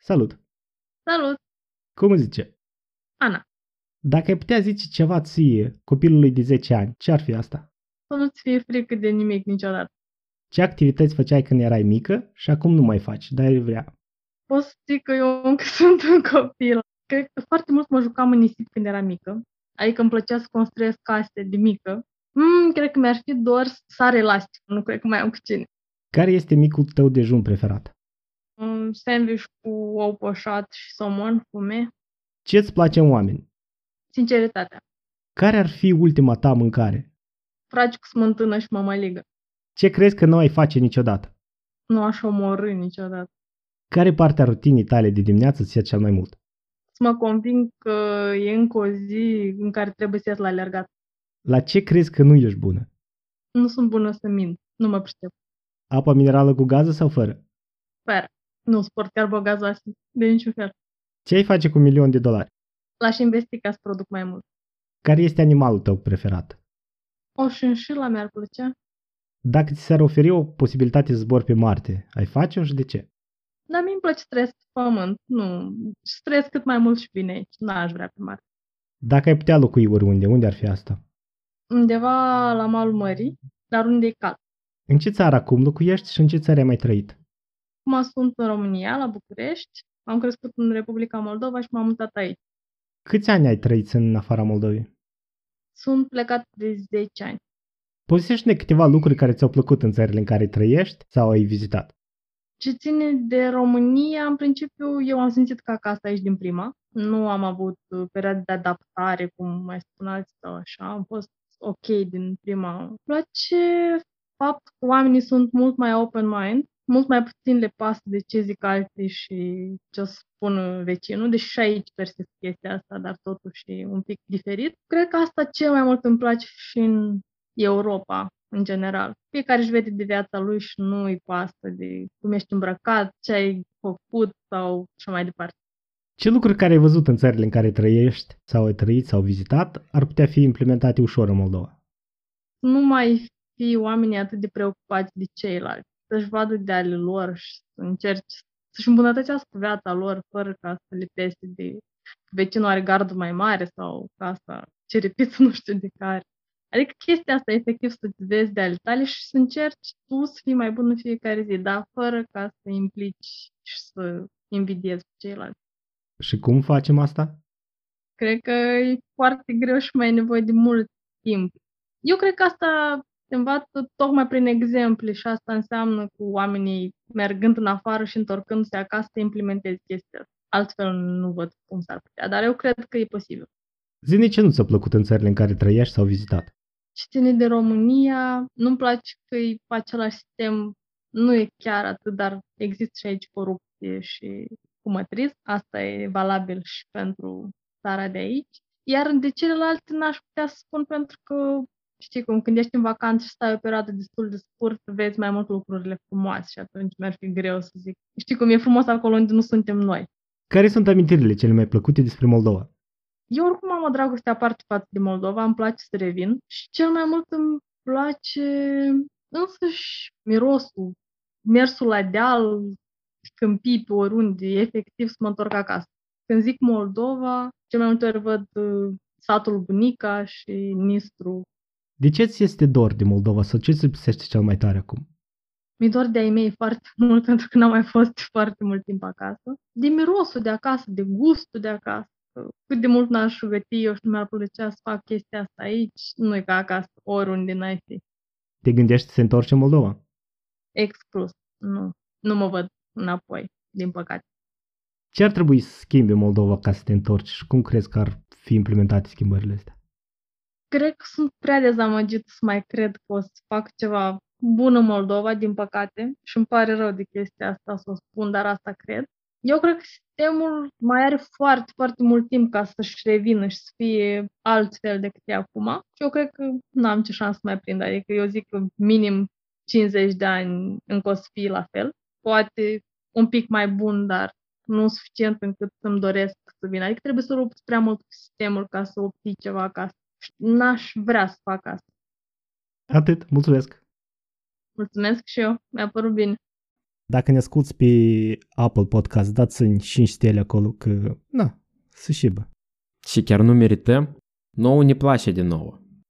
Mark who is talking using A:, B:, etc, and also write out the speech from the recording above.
A: Salut!
B: Salut,
A: Cum îți zice?
B: Ana.
A: Dacă ai putea zice ceva ție copilului de 10 ani, ce ar fi asta?
B: Să nu-ți fie frică de nimic niciodată.
A: Ce activități făceai când erai mică și acum nu mai faci, dar ai vrea?
B: Pot să zic că eu încă sunt un copil. Cred că foarte mult mă jucam în nisip când eram mică. Adică îmi plăcea să construiesc case de mică. Mm, cred că mi-ar fi doar să sar elastic. Nu cred că mai am cu cine.
A: Care este micul tău dejun preferat?
B: Un sandwich cu ou poșat și somon, fume.
A: Ce îți place în oameni?
B: Sinceritatea.
A: Care ar fi ultima ta mâncare?
B: Fragi cu smântână și mămăligă.
A: Ce crezi că nu ai face niciodată?
B: Nu aș omorâ niciodată.
A: Care parte a rutinii tale de dimineață îți ia cel mai mult?
B: Să mă conving că e încă o zi în care trebuie să ies la alergat.
A: La ce crezi că nu ești bună?
B: Nu sunt bună să mint. Nu mă pricep.
A: Apa minerală cu gază sau fără?
B: Nu sport carbogazoase de niciun fel.
A: Ce ai face cu un milion de dolari?
B: L-aș investi ca să produc mai mult.
A: Care este animalul tău preferat?
B: O șinșila mi-ar plăcea.
A: Dacă ți s-ar oferi o posibilitate să zbori pe Marte, ai face-o și de ce?
B: Dar mi-mi place să trăiesc pe pământ. Nu, și trăiesc cât mai mult și bine aici. N-aș vrea pe mare.
A: Dacă ai putea locui oriunde, unde ar fi asta?
B: Undeva la malul mării, dar unde e cald.
A: În ce țară acum locuiești și în ce țară ai mai trăit?
B: Acum sunt în România, la București. Am crescut în Republica Moldova și m-am mutat aici.
A: Câți ani ai trăit în afara Moldovei?
B: Sunt plecat de 10 ani.
A: Povestește-ne câteva lucruri care ți-au plăcut în țările în care trăiești sau ai vizitat.
B: Ce ține de România, în principiu, eu am simțit ca acasă aici din prima. Nu am avut uh, perioade de adaptare, cum mai spuneați, sau așa. Am fost ok din prima. Îmi place faptul că oamenii sunt mult mai open-mind, mult mai puțin le pasă de ce zic alții și ce o să spună vecinul, deși și aici persist chestia asta, dar totuși e un pic diferit. Cred că asta cel mai mult îmi place și în Europa, în general. Fiecare își vede de viața lui și nu îi pasă de cum ești îmbrăcat, ce ai făcut sau așa mai departe.
A: Ce lucruri care ai văzut în țările în care trăiești sau ai trăit sau vizitat ar putea fi implementate ușor în Moldova?
B: Nu mai fi oamenii atât de preocupați de ceilalți, să-și vadă de ale lor și să încerce să-și îmbunătățească viața lor fără ca să le pese de că vecinul are gardul mai mare sau că asta cerepiță nu știu de care. Adică chestia asta, efectiv, să-ți vezi de ale tale și să încerci tu să fii mai bun în fiecare zi, dar fără ca să implici și să invidiezi pe ceilalți.
A: Și cum facem asta?
B: Cred că e foarte greu și mai ai nevoie de mult timp. Eu cred că asta se învață tocmai prin exemple și asta înseamnă cu oamenii mergând în afară și întorcându-se acasă să implementezi chestia asta. Altfel nu văd cum s-ar putea, dar eu cred că e posibil.
A: Zine ce nu ți-a plăcut în țările în care trăiești sau vizitat.
B: Ce ține de România, nu-mi place că e același sistem, nu e chiar atât, dar există și aici corupție și cumătrism. Asta e valabil și pentru țara de aici. Iar de celelalte n-aș putea să spun pentru că știi cum, când ești în vacanță și stai o perioadă destul de scurtă, vezi mai mult lucrurile frumoase și atunci mi-ar fi greu să zic. Știi cum, e frumos acolo unde nu suntem noi.
A: Care sunt amintirile cele mai plăcute despre Moldova?
B: Eu oricum am o dragoste aparte față de Moldova, îmi place să revin și cel mai mult îmi place însăși mirosul, mersul la deal, câmpii pe oriunde, efectiv să mă întorc acasă. Când zic Moldova, cel mai multe ori văd uh, satul Bunica și Nistru.
A: De ce ți este dor de Moldova sau ce ți lipsește cel mai tare acum?
B: Mi-e dor de ai mei foarte mult pentru că n-am mai fost foarte mult timp acasă. De mirosul de acasă, de gustul de acasă. Cât de mult n-aș găti eu și nu mi-ar plăcea să fac chestia asta aici, nu e ca acasă, oriunde n-ai fi.
A: Te gândești să te întorci în Moldova?
B: Exclus. Nu. Nu mă văd înapoi, din păcate.
A: Ce ar trebui să schimbi în Moldova ca să te întorci și cum crezi că ar fi implementate schimbările astea?
B: Cred că sunt prea dezamăgit să mai cred că o să fac ceva bun în Moldova, din păcate, și îmi pare rău de chestia asta să o spun, dar asta cred. Eu cred că sistemul mai are foarte, foarte mult timp ca să-și revină și să fie altfel decât e acum. Și eu cred că n-am ce șansă să mai prind. Adică eu zic că minim 50 de ani încă o să fie la fel. Poate un pic mai bun, dar nu suficient încât să-mi doresc să vin. Adică trebuie să rup prea mult cu sistemul ca să obții ceva acasă. Și n-aș vrea să fac asta.
A: Atât, mulțumesc!
B: Mulțumesc și eu, mi-a părut bine.
A: Dacă ne asculti pe Apple Podcast, dați-mi 5 stele acolo că, na, să șibă.
C: și chiar nu merităm, nouă ne place de nouă.